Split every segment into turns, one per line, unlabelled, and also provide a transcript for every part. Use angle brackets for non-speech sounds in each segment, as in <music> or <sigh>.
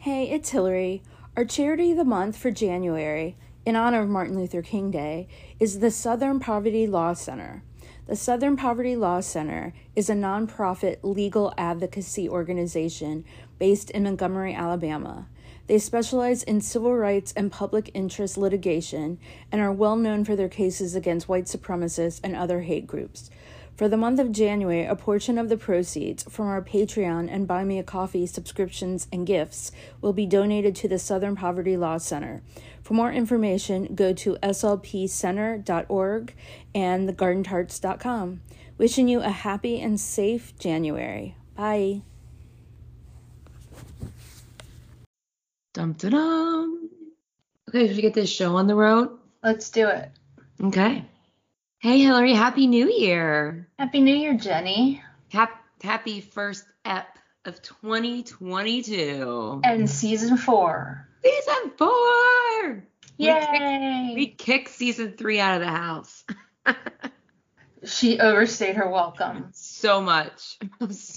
Hey, it's Hillary. Our charity of the month for January, in honor of Martin Luther King Day, is the Southern Poverty Law Center. The Southern Poverty Law Center is a nonprofit legal advocacy organization based in Montgomery, Alabama. They specialize in civil rights and public interest litigation and are well known for their cases against white supremacists and other hate groups. For the month of January, a portion of the proceeds from our Patreon and Buy Me a Coffee subscriptions and gifts will be donated to the Southern Poverty Law Center. For more information, go to slpcenter.org and thegardentarts.com. Wishing you a happy and safe January. Bye.
Dum dum dum. Okay, should we get this show on the road?
Let's do it.
Okay. Hey Hillary, happy New Year.
Happy New Year, Jenny.
Hap- happy first ep of 2022.
And season four.
Season four.
Yay!
We kicked season three out of the house. <laughs>
she overstayed her welcome.
So much. <laughs> I'm so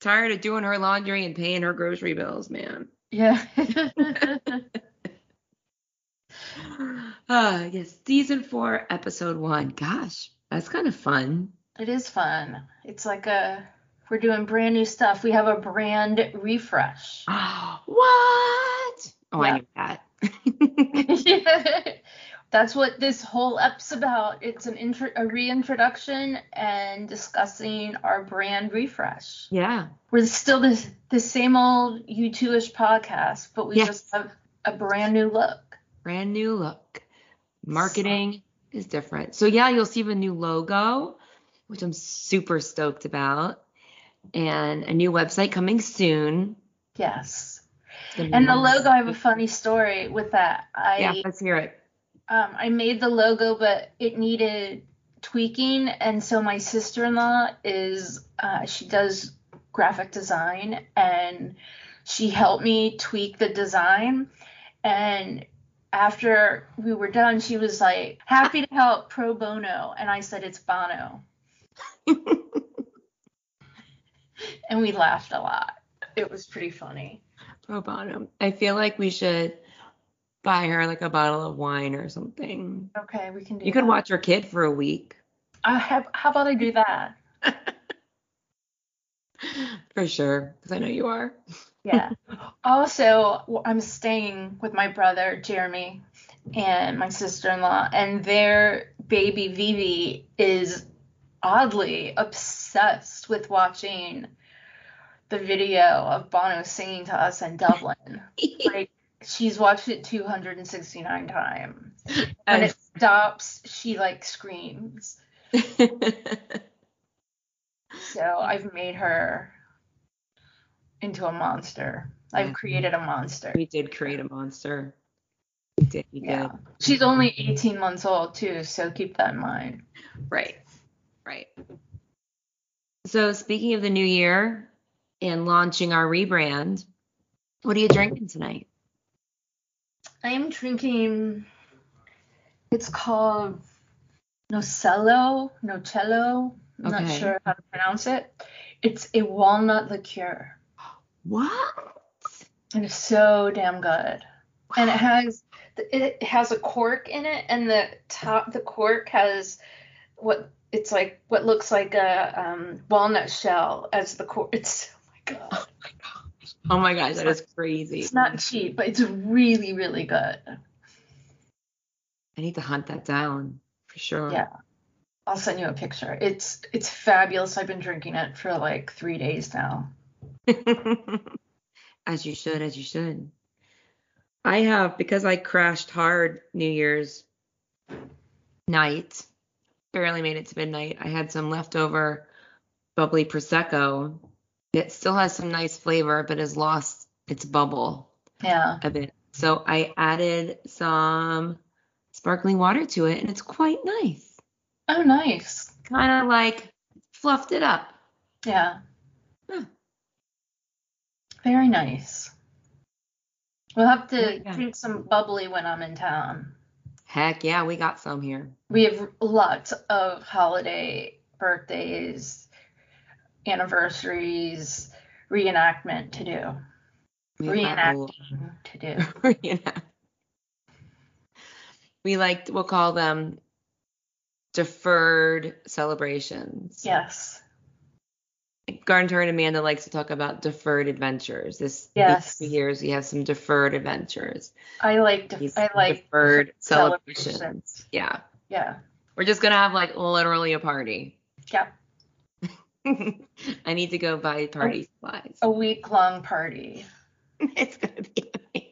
tired of doing her laundry and paying her grocery bills, man.
Yeah. <laughs>
Uh, yes, season four, episode one. Gosh, that's kind of fun.
it is fun. It's like a we're doing brand new stuff. We have a brand <gasps> refresh. <laughs>
Oh, what? Oh, I
Yeah.
knew that.
That's what this whole ep's about. It's an intro, a reintroduction and discussing our brand refresh.
<laughs> yeah.
We're still the, the same old you two-ish podcast, but we
Yes.
just have a brand new look.
brand new look. Marketing is different. So yeah, you'll see the new logo, which I'm super stoked about, and a new website coming soon.
Yes.
It's gonna be
And the
nice.
logo, I have a funny story with that. I
Yeah, let's hear it.
um, I made the logo, but it needed tweaking, and so my sister-in-law is uh, she does graphic design, and she helped me tweak the design. And after we were done, she was like, "Happy to help pro bono," and I said, "It's Bono,"
<laughs>
and we laughed a lot. It was pretty funny.
Pro bono. I feel like we should buy her like a bottle of wine or something.
Okay, we can do.
You could
that.
watch her kid for a week
I have, how about I do that?
for sure, because I know you are.
Yeah. also, w- I'm staying with my brother Jeremy and my sister-in-law, and their baby Vivi is oddly obsessed with watching the video of Bono singing to us in Dublin. like she's watched it 269 times. When it stops, she like screams.
<laughs>
So I've made her into a monster.
Yeah.
I've created a monster.
we did create a monster. We did. We
Yeah.
did.
She's only 18 months old too, so keep that in mind.
Right. Right. So speaking of the new year and launching our rebrand, what are you drinking tonight?
I am drinking it's called Nocello, Nocello. I'm not
Okay.
sure how to pronounce it. It's a walnut liqueur.
What?
And it's so damn good. And it has it has a cork in it and the top the cork has what it's like what looks like a um, walnut shell as the cork. <laughs> It's oh my god.
Oh my gosh, that is crazy.
It's not cheap, but it's really, really good.
I need to hunt that down for sure.
Yeah. I'll send you a picture. It's it's fabulous. I've been drinking it for like three days now.
<laughs> as you should, as you should. I have because I crashed hard New Year's night. Barely made it to midnight. I had some leftover bubbly prosecco. It still has some nice flavor, but has lost its bubble
Yeah.
a bit. So I added some sparkling water to it, and it's quite nice.
Oh, nice.
Kind of like fluffed it up.
Yeah.
Huh.
Very nice. We'll have to
Yeah.
drink some bubbly when I'm in town.
Heck yeah, we got some here.
We have lots of holiday birthdays, anniversaries, reenactment to do.
We have a lot
reenacting to do.
<laughs> reenact. We like we'll call them deferred celebrations.
Yes.
Garner and Amanda likes to talk about deferred adventures. This
Yes.
these two years we have some deferred adventures.
I like
These
def- I like
deferred
celebrations.
celebrations. Yeah.
yeah.
We're just gonna have like literally a party. <laughs>
Yeah.
I need to go buy party supplies.
A week long party.
<laughs> It's gonna be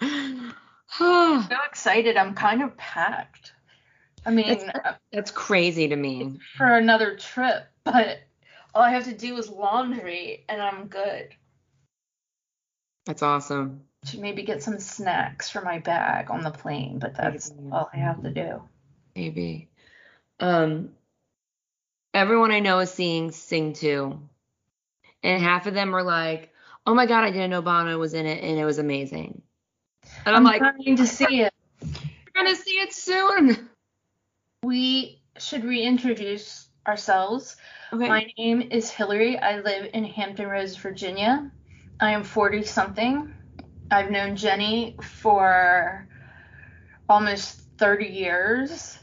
amazing. <sighs>
So excited. I'm kind of packed. I mean,
It's- That's crazy to me.
for another trip, but all I have to do is laundry and I'm good.
That's awesome.
Should maybe get some snacks for my bag on the plane, but that's
Mhm.
all I have to do.
Maybe. Um, everyone I know is seeing Sing 2. And half of them are like, oh my God, I didn't know Bono was in it and it was amazing. And I'm, like,
trying to see it.
we're going to see it soon. <laughs>
We should reintroduce ourselves.
Okay.
My name is Hillary. I live in Hampton Roads, Virginia. I am 40 something. I've known Jenny for almost 30 years,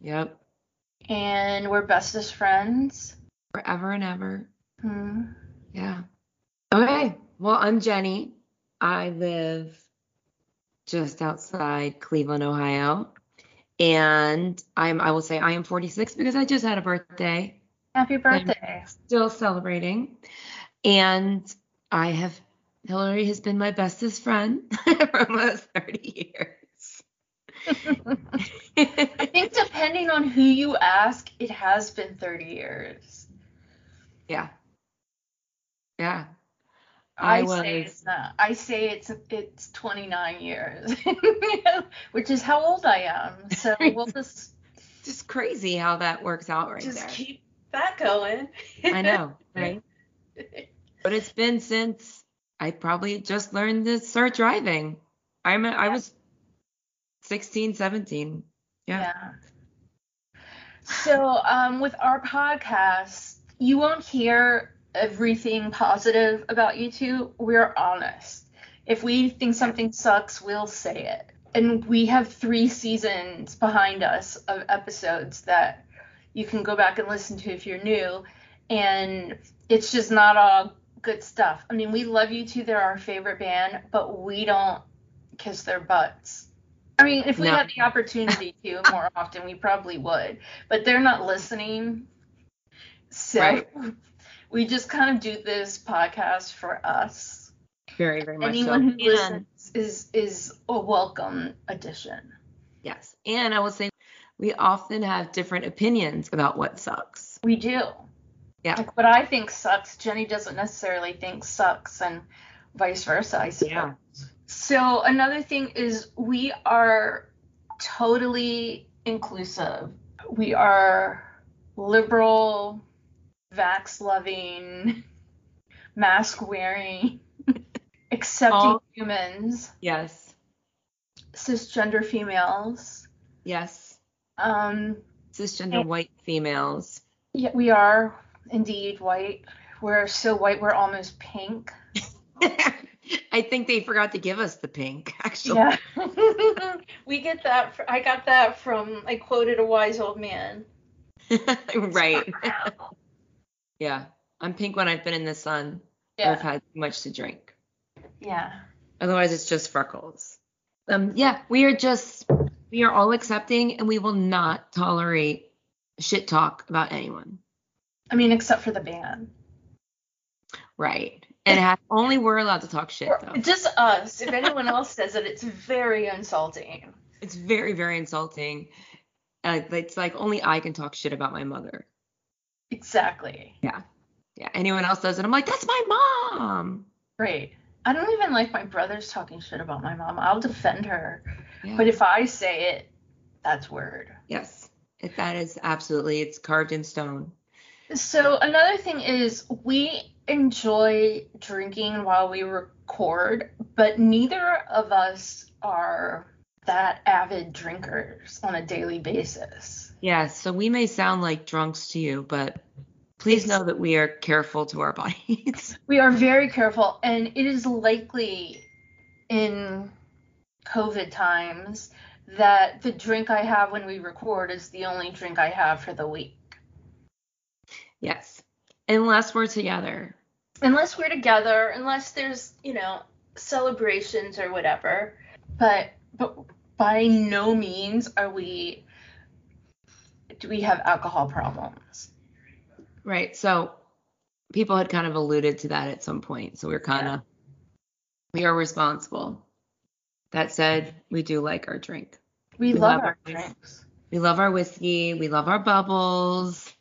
Yep.
and we're bestest friends.
Forever and ever.
Hmm.
Yeah. Okay. Well, I'm Jenny. I live just outside Cleveland, Ohio. And I'm I will say I am 46 because I just had a birthday.
Happy birthday.
still celebrating. And I have Hillary has been my bestest friend <laughs> for almost 30 years.
I think depending on who you ask, it has been 30 years.
<laughs> yeah. Yeah.
I,
I was-
say it's not. I say it's it's 29 years, <laughs> which is how old I am.
<laughs>
So we'll just
Just crazy how that works out right
just
there.
keep that going.
I
<laughs>
know, right? but it's been since I probably just learned to start driving. I'm a, I
Yeah.
was 16, 17. Yeah.
Yeah. So, um, with our podcast, you won't hear everything positive about you two. We're honest. If we think something sucks, we'll say it. And we have three seasons behind us of episodes that you can go back and listen to if you're new. And it's just not all good stuff. I mean, we love you two. They're our favorite band, but we don't kiss their butts. I mean, if we
No.
had the opportunity to more often, we probably would. But they're not listening. So
Right.
we just kind of do this podcast for us.
Very, very much so.
Anyone who
And-
listens is is a welcome addition.
Yes. And I will say we often have different opinions about what sucks.
We do.
Yeah.
Like what I think sucks, Jenny doesn't necessarily think sucks, and vice versa. I suppose.
Yeah.
So another thing is we are totally inclusive. We are liberal, vax loving, <laughs> mask wearing, <laughs> accepting
All-
humans,
Yes.
cisgender females.
Yes.
Um,
Cisgender white females. <laughs>
yeah, we are indeed white. We're so white we're almost pink.
I think they forgot to give us the pink, <laughs> actually.
Yeah. <laughs> we get that. Fr- I got that from, I quoted a wise old man.
<laughs> right. Yeah. I'm pink when I've been in the sun or I've
yeah.
had too much to drink.
Yeah.
Otherwise, it's just freckles. Um, yeah, we are just, we are all accepting and we will not tolerate shit talk about anyone.
I mean, except for the band.
Right. And it has, only we're allowed to talk shit, though.
Just us. If anyone else says it, it's very insulting.
It's very, very insulting. Uh, it's like only I can talk shit about my mother.
Exactly.
Yeah, anyone else does it. I'm like, that's my mom.
Great. I don't even like my brothers talking shit about my mom. I'll defend her.
Yeah.
But if I say it, that's word.
yes, if that is absolutely, it's carved in stone.
So another thing is we enjoy drinking while we record, but neither of us are that avid drinkers on a daily basis.
Yeah, so we may sound like drunks to you, but Please know that we are careful to our <laughs> bodies.
We are very careful, and it is likely in COVID times that the drink I have when we record is the only drink I have for the week.
yes. Unless we're together.
Unless we're together, unless there's, you know, celebrations or whatever. But but by no means are we do we have alcohol problems.
Right. So people had kind of alluded to that at some point. So we're kind of, we are responsible. That said, we do like our drink.
We,
We
love,
love
our
our
drinks.
We love our whiskey. We love our bubbles.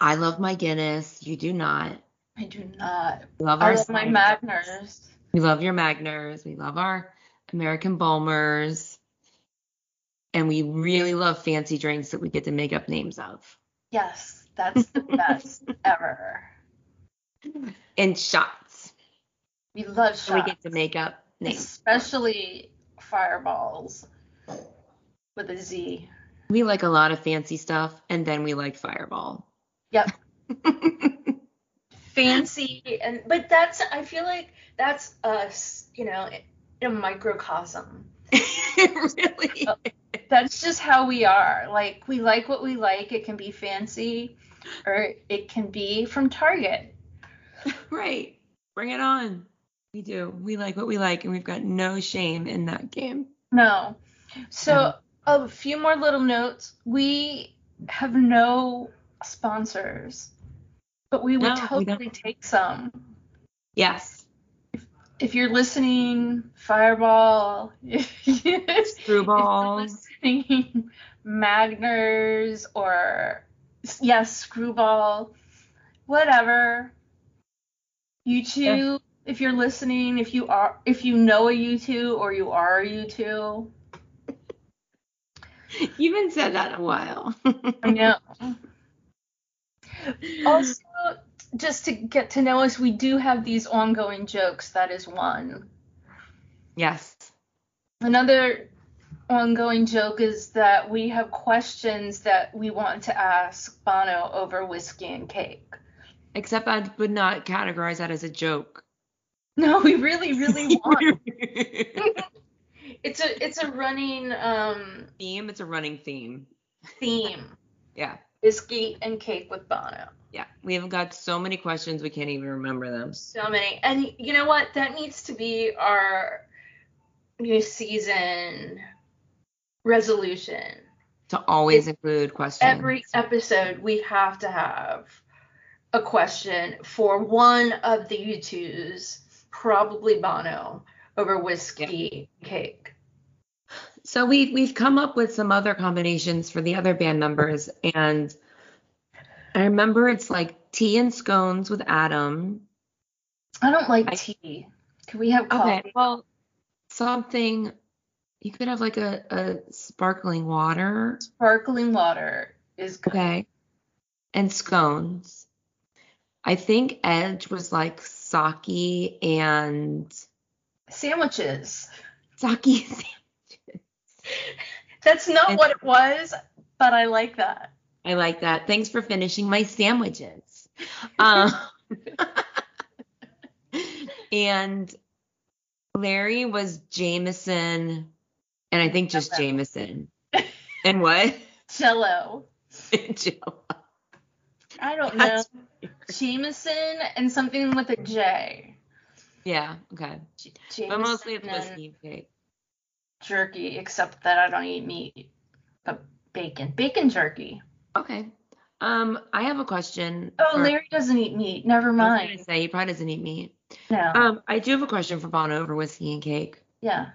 I love my Guinness. You do not.
I do not.
We love
I
our
love my
ciders.
Magners.
We love your Magners. We love our American Bulmers. And we really love fancy drinks that we get to make up names of.
Yes, that's <laughs> the best ever.
And shots.
We love
that We
shots,
get to make up names.
especially fireballs with a Z.
We like a lot of fancy stuff, and then we like Fireball. <laughs>
Yep. Fancy and but that's I feel like that's us, you know, in a microcosm.
really?
Oh. That's just how we are. Like we like what we like. It can be fancy or it can be from Target.
Right. Bring it on. We do. We like what we like, and we've got no shame in that game.
No. So a few more little notes. We have no sponsors, but we would
No, we don't.
totally take some.
Yes.
if you're listening, Fireball, if you're
Screwballs.
listening, Magners, or yes, Screwball, whatever. You two,
Yeah.
if you're listening, if you are, if you know a U two or you are a U two,
<laughs> You've been said that in a
<laughs>
while.
I know. also, just to get to know us, we do have these ongoing jokes. That is one.
yes.
Another ongoing joke is that we have questions that we want to ask Bono over whiskey and cake. <laughs>
Except I would not categorize that as a joke.
No, we
<laughs>
really, really want. it's a it's a running um,
theme. It's a running theme.
theme.
Yeah.
Whiskey and cake with Bono.
Yeah. We have got so many questions we can't even remember them.
So many. And you know what? That needs to be our new season resolution.
To always include questions.
every episode we have to have a question for one of the U2s, probably Bono, over whiskey cake.
So we've we've come up with some other combinations for the other band members, and I remember it's like tea and scones with Adam.
I don't like
I-
tea. Can we have coffee?
Okay, well, something you could have like a, a sparkling water,
Sparkling water is good.
okay, and scones. I think Edge was like sake and
Sandwiches.
sake. <laughs>
That's not
And-
what it was, but I like that.
I like that. Thanks for finishing my sandwiches. Um, <laughs> and Larry was Jameson, and I think just
Jello.
Jameson. And what? <laughs>
Jello.
Jello.
I don't know.
That's
Jameson and something with a J.
yeah, okay.
J-
But mostly it's
Jameson and-
whiskey and cake.
jerky, except that I don't eat meat, but bacon. Bacon jerky.
Okay. Um, I have a question.
Oh,
for-
Larry doesn't eat meat. Never
I was gonna
mind.
say he probably doesn't eat meat.
No.
Um, I do have a question for Bono over whiskey and cake.
yeah.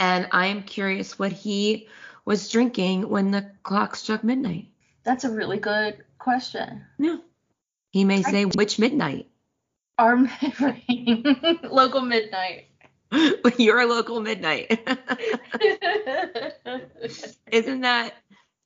and I am curious what he was drinking when the clock struck midnight.
That's a really good question.
No. He may say which midnight. <laughs>
Our <laughs> midnight. Local midnight. <laughs>
Your local midnight. <laughs> isn't that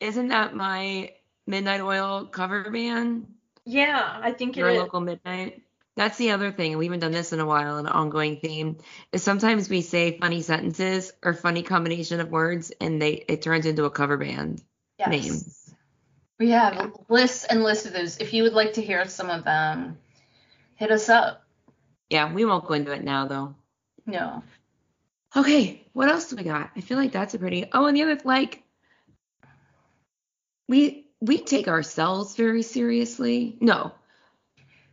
isn't that my Midnight Oil cover band?
yeah, I think it
Your
is.
local midnight. That's the other thing, and we haven't done this in a while, an ongoing theme, is sometimes we say funny sentences or funny combination of words and they it turns into a cover band.
Yes.
name.
We have lists and lists of those. If you would like to hear some of them, hit us up.
Yeah, we won't go into it now though.
No.
Okay, what else do we got? I feel like that's a pretty. Oh, and the other like we we take ourselves very seriously. No.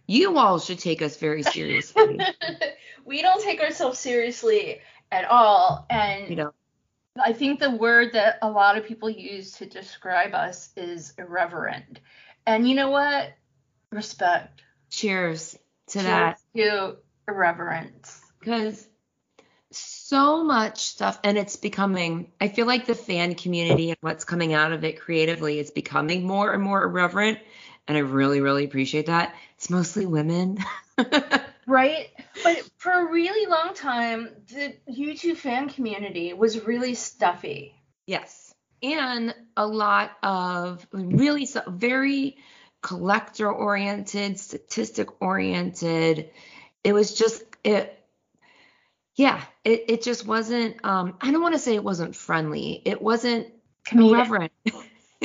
You all should take us very
<laughs>
seriously.
<laughs> we don't take ourselves seriously at all. And
you know.
I think the word that a lot of people use to describe us is irreverent. And you know what? Respect.
Cheers to that.
To irreverence.
Because so much stuff, and it's becoming, I feel like the fan community and what's coming out of it creatively is becoming more and more irreverent. And I really, really appreciate that. It's mostly women.
right? But for a really long time, the YouTube fan community was really stuffy.
Yes. And a lot of really so, very collector oriented, statistic oriented. It was just, it, yeah, it, it just wasn't, um, I don't want to say it wasn't friendly. It wasn't Comedic. reverent. <laughs>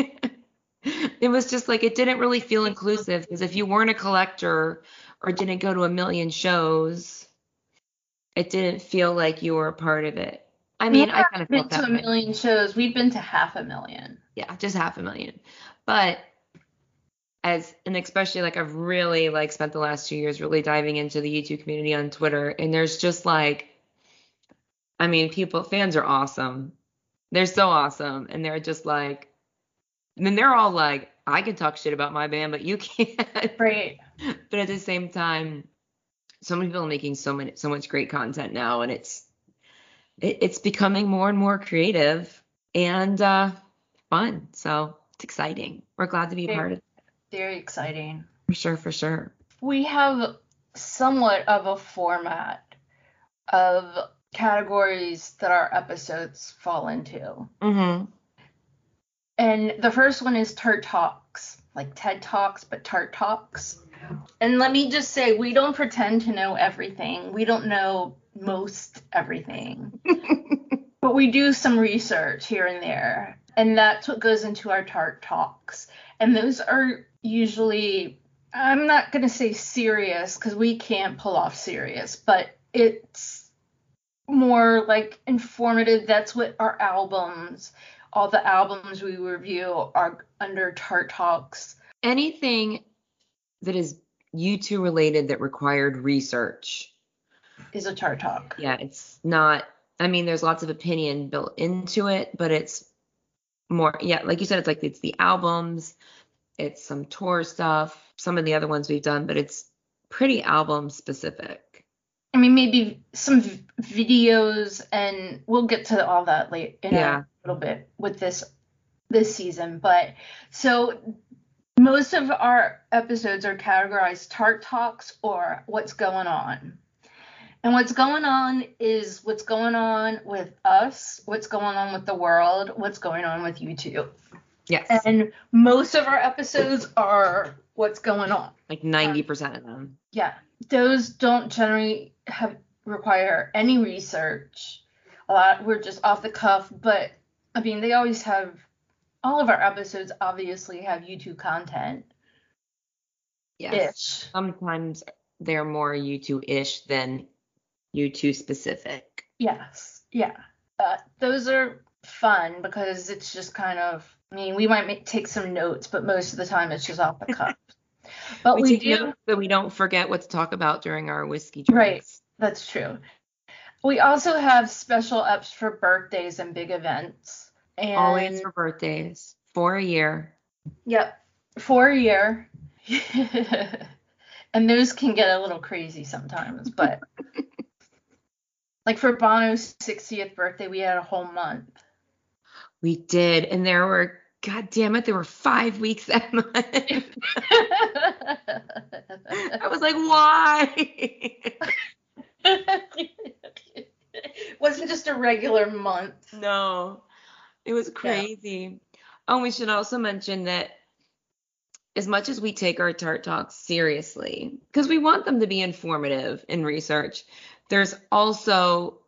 it was just like, it didn't really feel inclusive because if you weren't a collector, or didn't go to a million shows, it didn't feel like you were a part of it. I mean, I kind of
been to a way. million shows. We've been to half a million.
Yeah, just half a million. But as and especially like I've really like spent the last two years really diving into the YouTube community on Twitter, and there's just like, I mean, people fans are awesome. They're so awesome, and they're just like, and then they're all like, I can talk shit about my band, but you <laughs> can't.
Right.
But at the same time, so many people are making so many so much great content now, and it's it, it's becoming more and more creative and uh, fun. So it's exciting. We're glad to be
very,
part of.
It. Very exciting.
For sure. For sure.
We have somewhat of a format of categories that our episodes fall into.
Mm-hmm.
And the first one is Tart Talks, like TED Talks, but Tart Talks. And let me just say, we don't pretend to know everything. We don't know most everything. but we do some research here and there. And that's what goes into our Tart Talks. And those are usually, I'm not going to say serious because we can't pull off serious, but it's more like informative. That's what our albums, all the albums we review are under Tart Talks.
Anything that is YouTube related that required research
is a Tart Talk.
Yeah, it's not. I mean, there's lots of opinion built into it, but it's more. Yeah, like you said, it's like it's the albums, it's some tour stuff, some of the other ones we've done, but it's pretty album specific.
I mean, maybe some v- videos, and we'll get to all that late.
yeah. A-
little bit with this this season but so most of our episodes are categorized tart talks or what's going on and what's going on is what's going on with us what's going on with the world what's going on with youtube
yes
and most of our episodes are what's going on
like 90% um, of them
yeah those don't generally have require any research a lot we're just off the cuff but I mean, they always have all of our episodes obviously have YouTube content.
Yes. Ish. Sometimes they're more YouTube ish than YouTube specific.
Yes. Yeah. Uh, those are fun because it's just kind of, I mean, we might make, take some notes, but most of the time it's just off the cuff. But we, we do.
So we don't forget what to talk about during our whiskey drinks. Right.
That's true. We also have special ups for birthdays and big events. And
always for birthdays. For a year.
Yep. For a year. <laughs> and those can get a little crazy sometimes, <laughs> but like for Bono's 60th birthday, we had a whole month.
We did. And there were, god damn it, there were five weeks that <laughs> month. I was like, why? <laughs>
it <laughs> wasn't just a regular month. <laughs>
No, it was crazy. Yeah. Oh, we should also mention that as much as we take our Tart Talks seriously, because we want them to be informative in research, there's <laughs>
<laughs>
also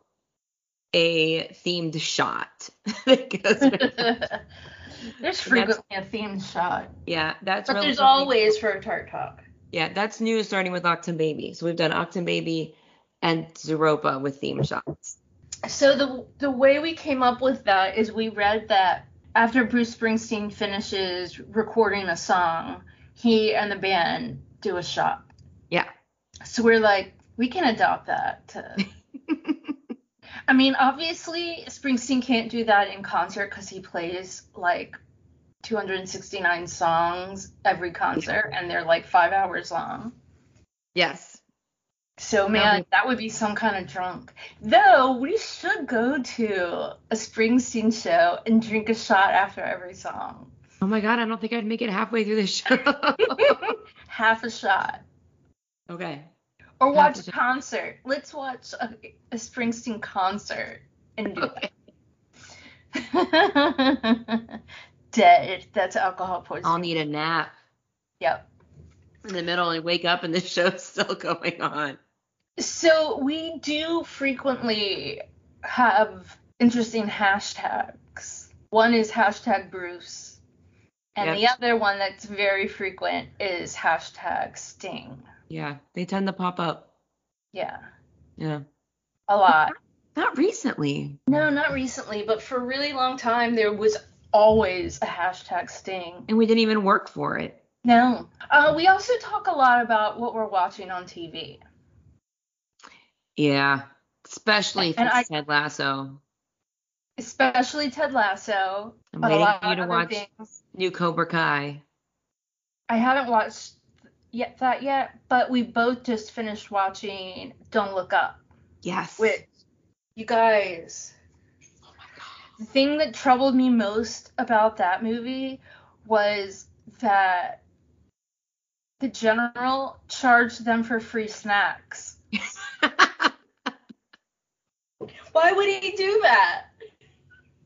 a themed shot that goes with
There's frequently a themed shot,
Yeah, that's
but there's
relatively-
always for a tart talk.
Yeah, that's new starting with Octum Baby. So we've done Octum Baby and Zeropa with theme shots.
So the the way we came up with that is we read that after Bruce Springsteen finishes recording a song, he and the band do a shot.
Yeah.
So we're like, we can adopt that. To... I mean, obviously Springsteen can't do that in concert because he plays like 269 songs every concert, and they're like five hours long.
Yes.
So
That'd
man,
be-
that would be some kind of drunk. Though we should go to a Springsteen show and drink a shot after every song.
Oh my God, I don't think I'd make it halfway through this <laughs> show.
Half a shot.
okay.
Or
Half
watch
a
a
shot.
concert. Let's watch a, a Springsteen concert and do
Okay.
it. <laughs> Dead. That's alcohol poisoning.
I'll need a nap
yep.
in the middle and wake up and the <laughs> show's still going on.
So we do frequently have interesting hashtags. One is hashtag Bruce, and
Yep.
the other one that's very frequent is hashtag Sting.
Yeah, they tend to pop up.
Yeah,
Yeah.
a lot.
Not recently.
<laughs> No, not recently, but for a really long time there was always a hashtag Sting.
And we didn't even work for it.
No. Uh, we also talk a lot about what we're watching on TV.
Yeah. Especially
And
since
I-
Ted Lasso.
Especially Ted Lasso,
I'm
but a
waiting
lot
for you
of
to
other
watch
things.
New Cobra Kai.
I haven't watched yet that yet, but we both just finished watching Don't Look Up,
Yes. <laughs>
which you guys, the thing that troubled me most about that movie was that the general charged them for free snacks. Why would he do that?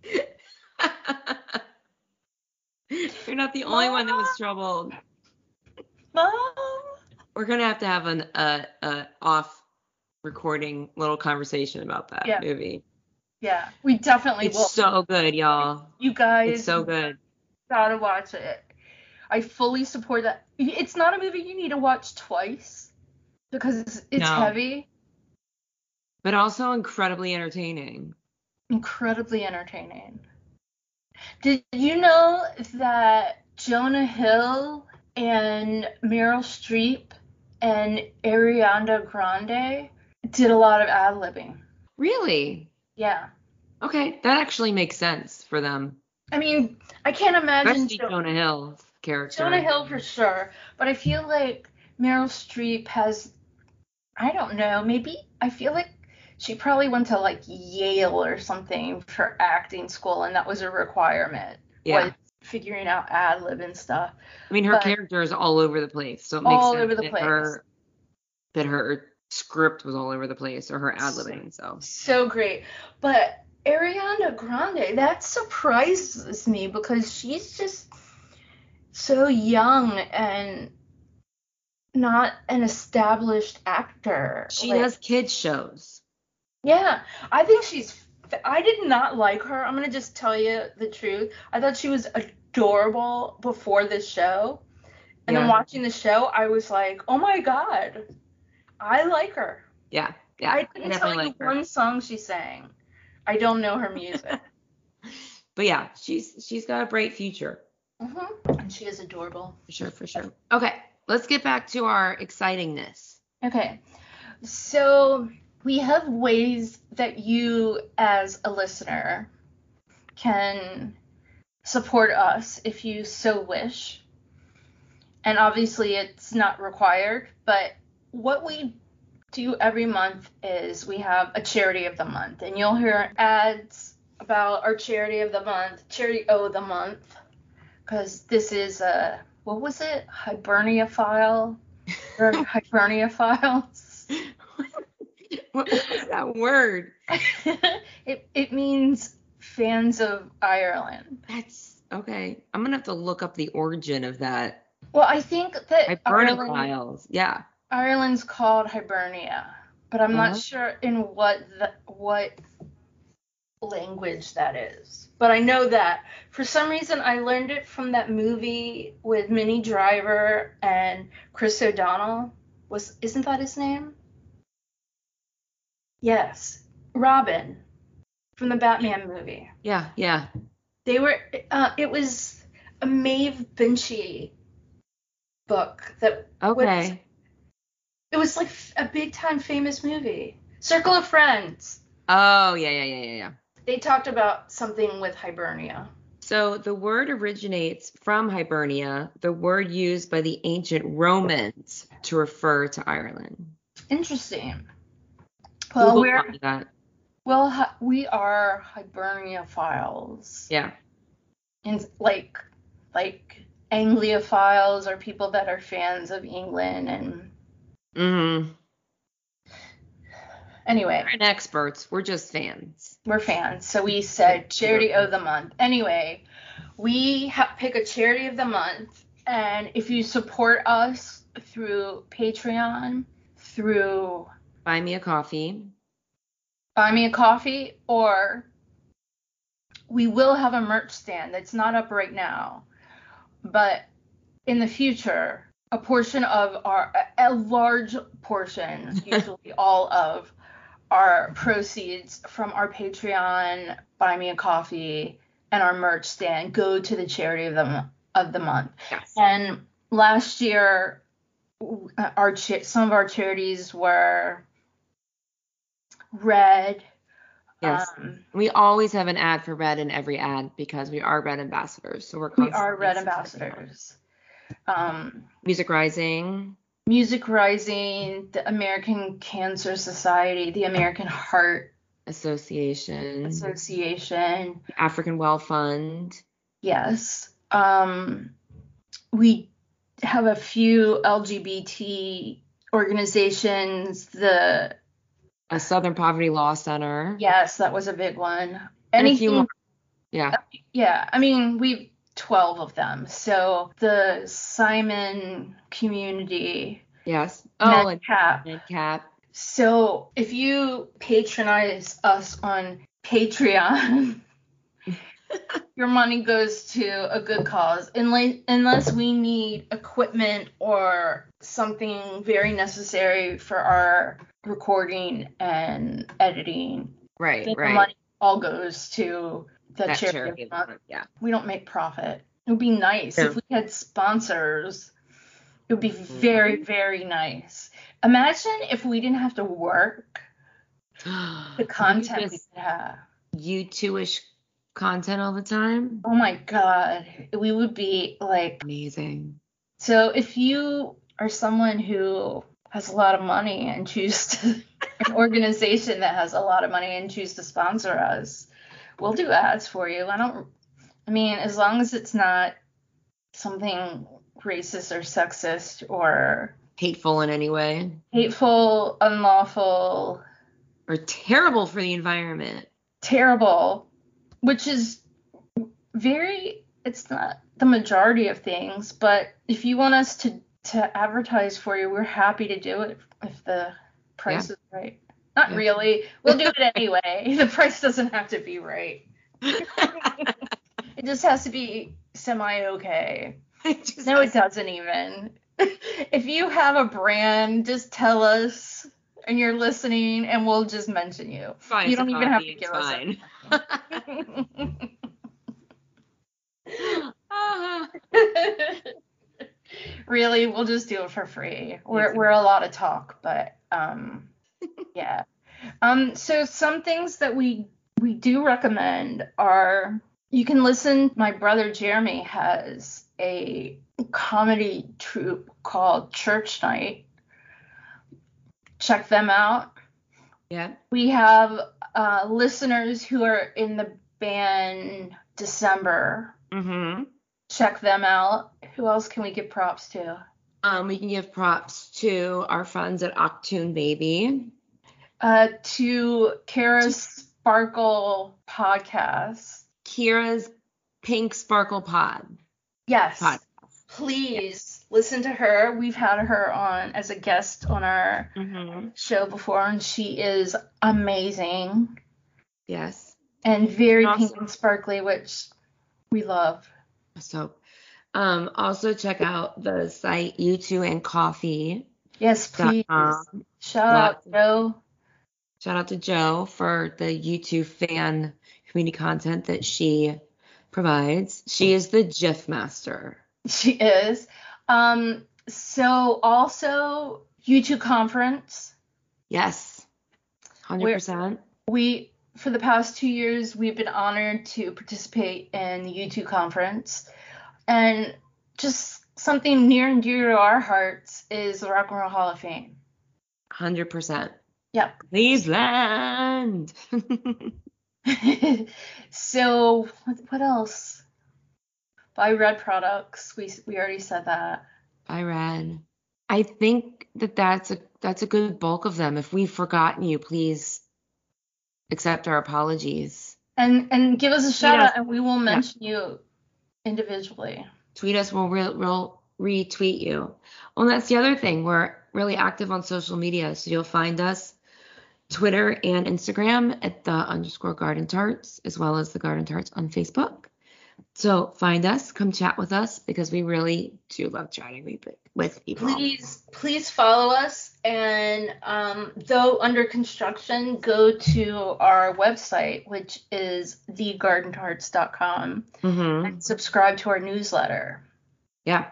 <laughs> You're not the only one that was troubled.
Mom?
We're gonna have to have an uh, uh off recording little conversation about that
Yeah.
movie.
Yeah, we definitely
It's
will.
so good, y'all.
you guys
It's so good.
gotta watch it. I fully support that. It's not a movie you need to watch twice because it's, it's
No.
heavy,
But also incredibly entertaining.
incredibly entertaining. Did you know that Jonah Hill and Meryl Streep and Ariana Grande did a lot of ad libbing?
Really?
Yeah.
Okay, that actually makes sense for them.
I mean, I can't imagine
Especially
Jo-
Jonah Hill's character.
Jonah Hill for sure, but I feel like Meryl Streep has, I don't know, maybe I feel like she probably went to like Yale or something for acting school, and that was a requirement.
Yeah.
Was figuring out ad lib and stuff.
I mean, her
But-
character is all over the place, so it makes
All
sense
over the
that
place.
her that her script was all over the place or her ad libbing. So
So great. But Ariana Grande, that surprises me because she's just so young and not an established actor.
she
Like-
has kids shows.
Yeah, I think she's. f- I did not like her. I'm gonna just tell you the truth. I thought she was adorable before this show, and then
Yeah.
watching the show, I was like, oh my god, I like her.
Yeah, yeah.
I couldn't tell you
definitely like her.
one song she sang. I don't know her
<laughs>
music.
But yeah, she's she's got a bright future
hmm And she is adorable.
for sure, for sure. Okay, let's get back to our excitingness. <laughs>
Okay, so we have ways that you, as a listener, can support us if you so wish. And obviously, it's not required, but what we do every month is we have a charity of the month, and you'll hear ads about our charity of the month, charity of the month, because this is a what was it, Hibernia file, or Hibernia files.
What was that word?
<laughs> it it means fans of Ireland.
That's okay. I'm gonna have to look up the origin of that.
Well, I think that
I burn
Ireland,
files. Yeah.
Ireland's called Hibernia, but I'm
Uh-huh.
not sure in what the, what language that is. But I know that for some reason I learned it from that movie with Minnie Driver and Chris O'Donnell. Was isn't that his name? Yes, Robin from the Batman movie.
Yeah, yeah.
They were. Uh, it was a Maeve Binchy book that
Okay.
it was like a big time famous movie. Circle of Friends.
Oh, yeah, yeah, yeah, yeah, yeah.
They talked about something with Hibernia.
So the word originates from Hibernia, the word used by the ancient Romans to refer to Ireland.
Interesting. Well,
Google
we're
found that.
well hi- we are Hibernia files.
Yeah.
And like like Angliophiles are people that are fans of England and
Mm-hmm.
anyway,
We're not experts. We're just fans.
we're fans. So we said charity of the month. Anyway, we ha- pick a charity of the month, and if you support us through Patreon, through
Buy me a coffee.
Buy Me a Coffee, or we will have a merch stand that's not up right now, but in the future, a portion of our, a a large portion, usually all of our proceeds from our Patreon, Buy Me a Coffee, and our merch stand go to the charity of the, mo- of the month.
Yes.
And last year, w- uh, our cha- some of our charities were Red.
Yes.
Um,
we always have an ad for Red in every ad because we are Red ambassadors. So we're
we
constantly
are Red
supporting them.
ambassadors. Um,
Music Rising.
Music Rising, the American Cancer Society, the American Heart
Association,
Association.
African Well Fund.
Yes. Um, we have a few LGBT organizations. The
a Southern Poverty Law Center.
yes, that was a big one.
And a few
Anything Uh,
more. Yeah.
Yeah, I mean, we've 12 of them. So the Simon community,
Yes. Oh, and
Medcap.
MedCap.
So if you patronize us on Patreon, <laughs> your money goes to a good cause, unless, unless we need equipment or something very necessary for our recording and editing.
Right,
Then The
right.
money all goes to the
That
charity.
charity.
of the month
Yeah.
we don't make profit. It would be nice if
Yeah.
we had sponsors. It would be very, very nice. Imagine if we didn't have to work the content
<gasps> You,
we
just,
could have.
you two-ish content all the time.
Oh my God. We would be like,
Amazing.
so if you are someone who has a lot of money and choose to, <laughs> an organization that has a lot of money and choose to sponsor us, we'll do ads for you. I don't, I mean, as long as it's not something racist or sexist or
Hateful in any way
hateful, unlawful,
or terrible for the
<laughs>
environment. <laughs>
terrible, which is very it's not the majority of things, but if you want us to to advertise for you, we're happy to do it if the price is right. Not
Yeah.
really. We'll do it anyway. <laughs> the price doesn't have to be right. It just has to be semi okay.
I just-
No, it doesn't even. <laughs> if you have a brand, just tell us and you're listening and we'll just mention you.
fine,
you don't
it's
even have to
coffee,
give
it's
us a-
fine.
<laughs>
Ah,
<laughs> really, we'll just do it for free. We're
Exactly.
we're a lot of talk, but um yeah. Um so some things that we we do recommend are you can listen my brother Jeremy has a comedy troupe called Church Night. Check them out.
<laughs> yeah.
We have uh, listeners who are in the band December
Mm-hmm.
check them out. Who else can we give props to?
Um, we can give props to our friends at Octoon Baby.
Uh, to Kara Sparkle podcast.
Kira's Pink Sparkle Pod.
Yes.
Podcast.
Please listen to her. We've had her on as a guest on our
Mm-hmm.
show before, and she is amazing.
Yes.
and very
Awesome.
pink and sparkly, which we love.
So, um, also check out the site You Two and Coffee.
Yes,
dot
please.
com.
Shout out,
lots of-
Joe.
Shout out to Joe for the YouTube fan community content that she provides. She is the GIF master.
<laughs> She is. Um, so also YouTube conference.
Yes, 100%.
We for the past two years we've been honored to participate in the U2 conference, and just something near and dear to our hearts is the Rock and Roll Hall of Fame. <laughs>
100%.
Yep.
<laughs> Cleveland.
so what, what else? Buy red products. We we already said that.
I read. I think that that's a that's a good bulk of them. If we've forgotten you, please accept our apologies.
And and give us a shout
Yeah.
out, and we will mention you individually.
Tweet us, we'll, re- we'll retweet you. Well, that's the other thing. We're really active on social media, so you'll find us Twitter and Instagram at the underscore Garden Tarts, as well as the Garden Tarts on Facebook. So find us, come chat with us because we really do love chatting with- with people.
please please follow us and um, though under construction go to our website which is thegardentarts.com
Mhm.
and subscribe to our newsletter
Yeah.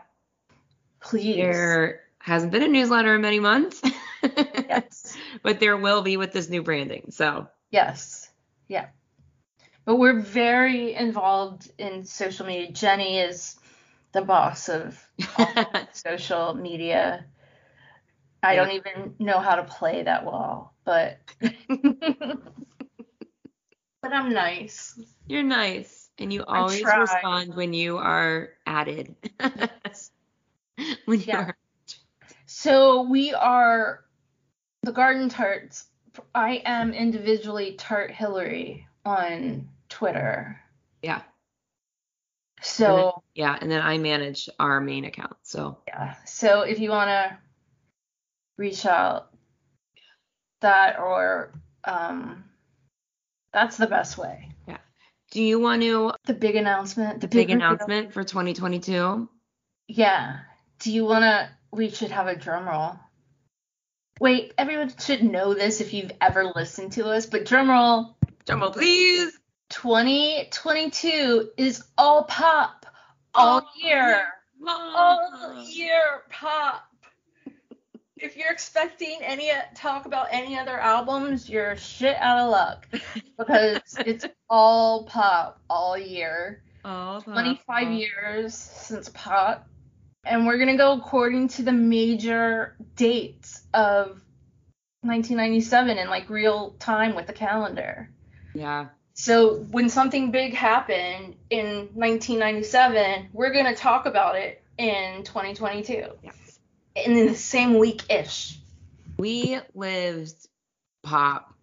please
There hasn't been a newsletter in many months,
yes
<laughs> but there will be with this new branding. So,
yes yeah but we're very involved in social media jenny is the boss of social media i
Yeah.
don't even know how to play that well but <laughs> but i'm nice
you're nice and you
I
always
try.
respond when you are added. <laughs> when you
Yeah.
are,
So we are the garden tarts. I am individually tart Hillary on Twitter.
yeah,
So
yeah. And then I manage our main account. So,
yeah. So if you wanna reach out that or um that's the best way.
do you want to
The big announcement.
the big
<laughs> reveal.
announcement for 2022?
Yeah. Do you wanna we should have a drum roll. Wait, everyone should know this if you've ever listened to us, but drum roll.
Jumbo, please.
2022 is all pop, all
All
year, Uh-huh. all
Mom.
year pop. If you're expecting any talk about any other albums, you're shit out of luck <laughs> because it's all pop all year.
All
25
pop.
years since pop. And we're going to go according to the major dates of 1997 in like real time with the calendar.
Yeah.
So when something big happened in 1997, we're going to talk about it in 2022
Yeah.
and in the same week
<laughs>
ish.
We lived pop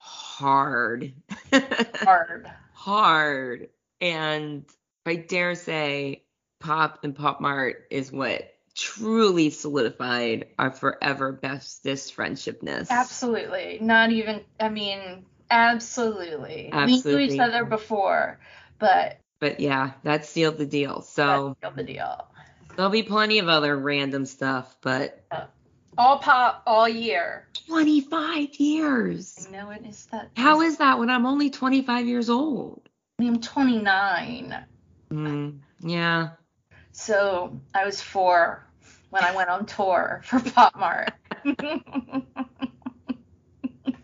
hard. <laughs>
Hard.
hard. And I dare say pop and pop mart is what truly solidified our forever bestest friendshipness.
Absolutely. Not even, I mean, absolutely. We knew
Absolutely.
each other before, but
But yeah, that sealed the deal. So
that's the deal.
there'll be plenty of other random stuff, but
All pop all year.
25 years.
I know it is that.
How is that when I'm only 25 years old?
I mean, I'm 29.
Mm, yeah.
So I was four when I went on tour for Pop
<laughs>
Mart. <laughs>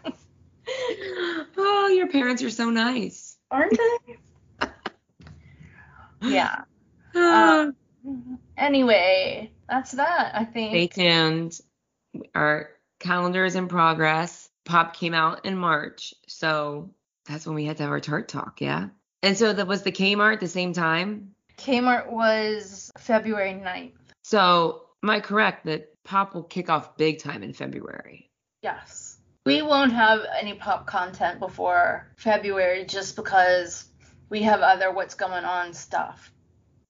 oh, your parents are so nice.
Aren't they? yeah.
Ah.
Anyway, that's that, I
Stay
think.
tuned. Our calendar is in progress. Pop came out in March, so that's when we had to have our tart talk, yeah. And so that was the Kmart the same time.
Kmart was February 9th.
So am I correct that Pop will kick off big time in February?
Yes. We won't have any pop content before February just because we have other what's going on stuff.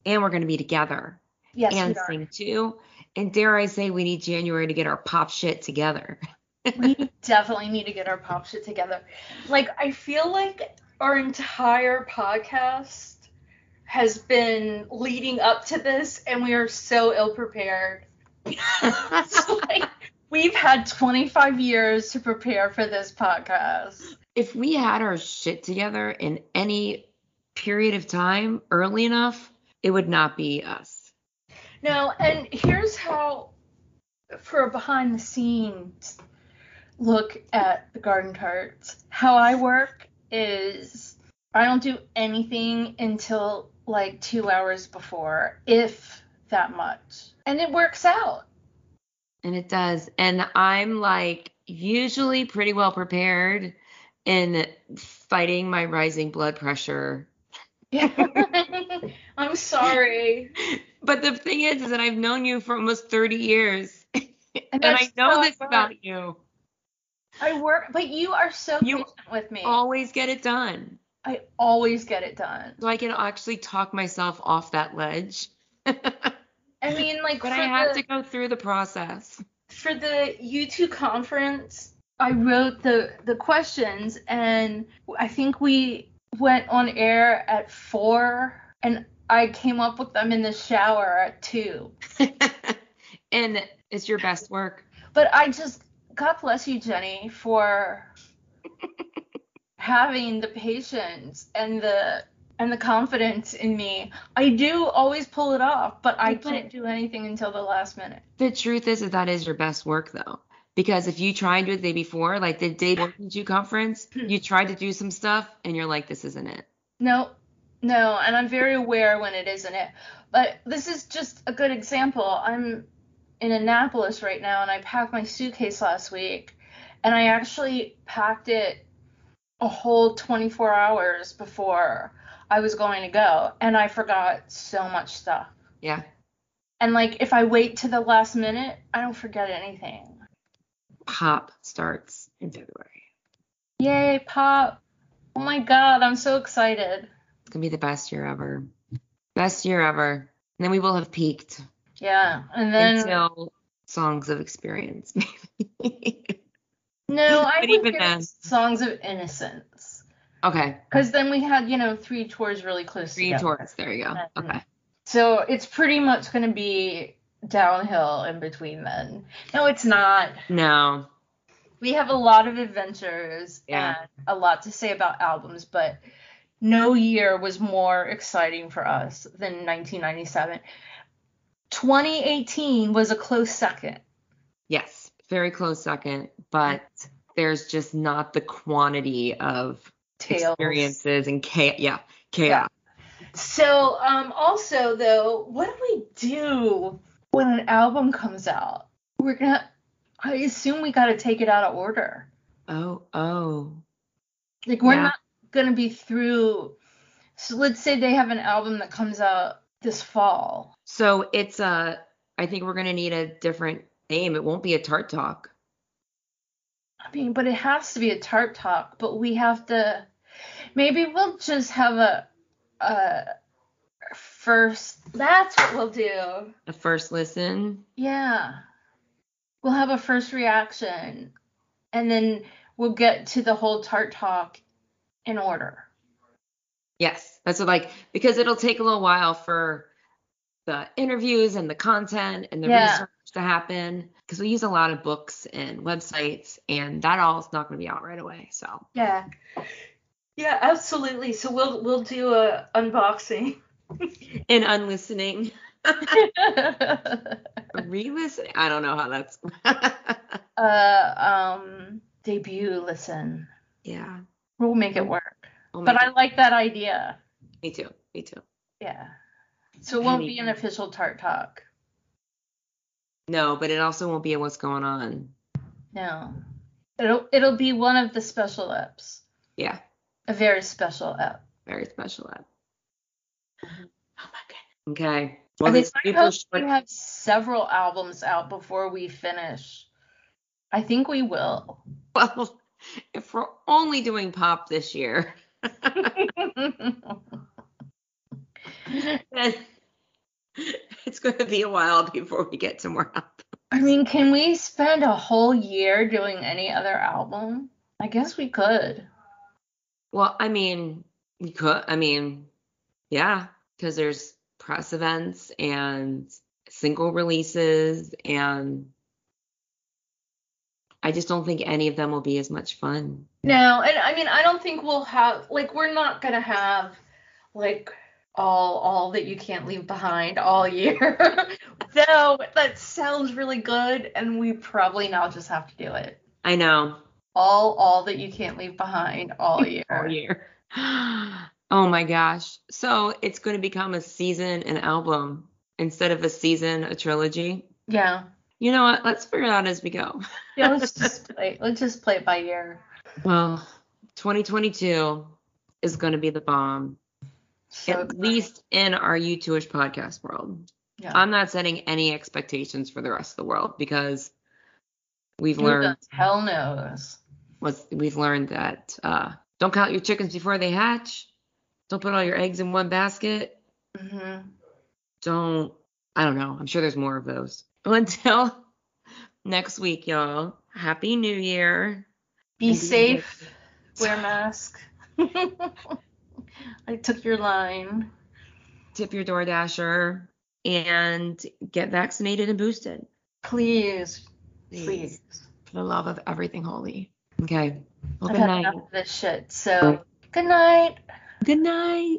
And we're going to be together
Yes,
and
we are.
sing too. And dare I say, we need January to get our pop shit
<laughs>
together.
we definitely need to get our pop shit together. Like I feel like our entire podcast has been leading up to this, and we are so ill prepared. It's like, we've had 25 years to prepare for this podcast.
if we had our shit together in any period of time early enough, it would not be us.
No, and here's how for a behind the scenes look at the garden tarts. How I work is I don't do anything until like two hours before, if that much. And it works <laughs> out.
And it does. And I'm like usually pretty well prepared in fighting my rising blood pressure.
I'm sorry.
But the thing is, is that I've known you for almost 30 years. And, I
that's
know
how I
this
work.
about you.
I work, but you are so
You
patient with me.
Always get it done.
I always get it done.
So I can actually talk myself off that ledge. <laughs> but <laughs>
I mean, like, for
I have
the-
to go through the process. <laughs>
for the U2 conference, I wrote the the questions, and I think we went on air at four, and I came up with them in the shower at two.
and it's your best work.
But I just, God bless you,
<laughs>
Jenny, for having the patience and the and the confidence in me. I do always pull it off, but I
You put it-
can't do anything until the last minute.
The truth is that that is your best work though. Because if you try and do it the day before, like the day before the Jew conference, you tried to do some stuff and you're like, this isn't it.
No, no, and I'm very aware when it isn't it. But this is just a good example. I'm in Annapolis right now, and I packed my suitcase last week, and I actually packed it a whole 24 hours before I was going to go, and I forgot so much stuff.
Yeah.
And like, if I wait to the last minute, I don't forget anything.
Pop starts in February.
Yay, pop! Oh my God, I'm so excited.
It's gonna be the best year ever. Best year ever. And then we will have peaked
Yeah, and then
until songs of experience. maybe. <laughs>
No,
But
I would
even um,
give
then.
it Songs of Innocence.
okay.
Because then we had, you know, three tours really close
Three
together.
Taurus. There you go.
Mhm.
Okay.
So it's pretty much going to be downhill in between then. No, it's not.
No.
We have a lot of adventures
Yeah.
and a lot to say about albums, but no year was more exciting for us than 1997. 2018 was a close second.
Yes, very close second, but there's just not the quantity of
Tales.
experiences and chaos. Yeah, chaos.
So, um, also though, what do we do when an album comes out? We're gonna, I assume we gotta take it out of order.
Oh, oh,
Like we're
Yeah.
not gonna be through. So let's say they have an album that comes out this fall.
so it's uh, I think we're gonna need a different name. It won't be a tart talk.
I mean, but it has to be a tarp talk. But we have to. Maybe we'll just have a, a first. That's what we'll do.
A first listen.
Yeah. We'll have a first reaction and then we'll get to the whole tart talk in order.
Yes, that's what, like because it'll take a little while for the interviews and the content and the
Yeah.
research to happen because we use a lot of books and websites and that all is not gonna be out right away. So
Yeah. Yeah, absolutely. So we'll we'll do a unboxing. <laughs>
and unlistening.
uh
re-listen i don't know how that's <laughs>
Uh, um debut listen.
yeah
We'll make it work.
oh my
But I
God.
like that idea.
me too me too
Yeah. So it won't be an
Anything.
official tart talk.
no but it also won't be a what's going on
No. It'll it'll be one of the special eps.
yeah
A very special ep.
very special app
Oh my god.
okay
I
well
mean,
this
I
super
hope
short
we have several albums out before we finish. I think we will. <laughs>
well <laughs> if we're only doing pop this year <laughs> then <laughs> it's going to be a while before we get to more up
I mean, can we spend a whole year doing any other album? I guess we could.
Well, I mean, you could. I mean, yeah, because there's press events and single releases, and I just don't think any of them will be as much fun.
No, and I mean, I don't think we'll have like we're not gonna have like all all that you can't leave behind all year. <laughs> Though that sounds really good, and we probably now just have to do it.
I know.
All all that you can't leave behind all year.
All year. <gasps> Oh my gosh. So it's going to become a season, an album instead of a season, a trilogy.
Yeah.
You know what? Let's figure it out as we
<laughs>
go.
Yeah, let's just <laughs> play. Let's just play it by year.
Well, 2022 is going to be the bomb,
So
at
exciting.
least in our You Two-ish podcast world.
Yeah.
I'm not setting any expectations for the rest of the world because we've
Who
learned
the hell knows?
was we've learned that uh, don't count your chickens before they hatch. Don't put all your eggs in one basket.
hmm
Don't I don't know. I'm sure there's more of those. <laughs> Well, Until next week, y'all. Happy New Year.
Be
And
safe. Wear mask. <laughs> I took your line.
Tip your DoorDasher and get vaccinated and boosted.
Please, please.
For the love of everything holy. Okay. Well, good
I've had
night.
enough of this shit. So good night.
Good night.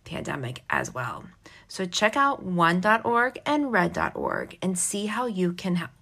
pandemic as well. So check out one.org and red.org and see how you can help.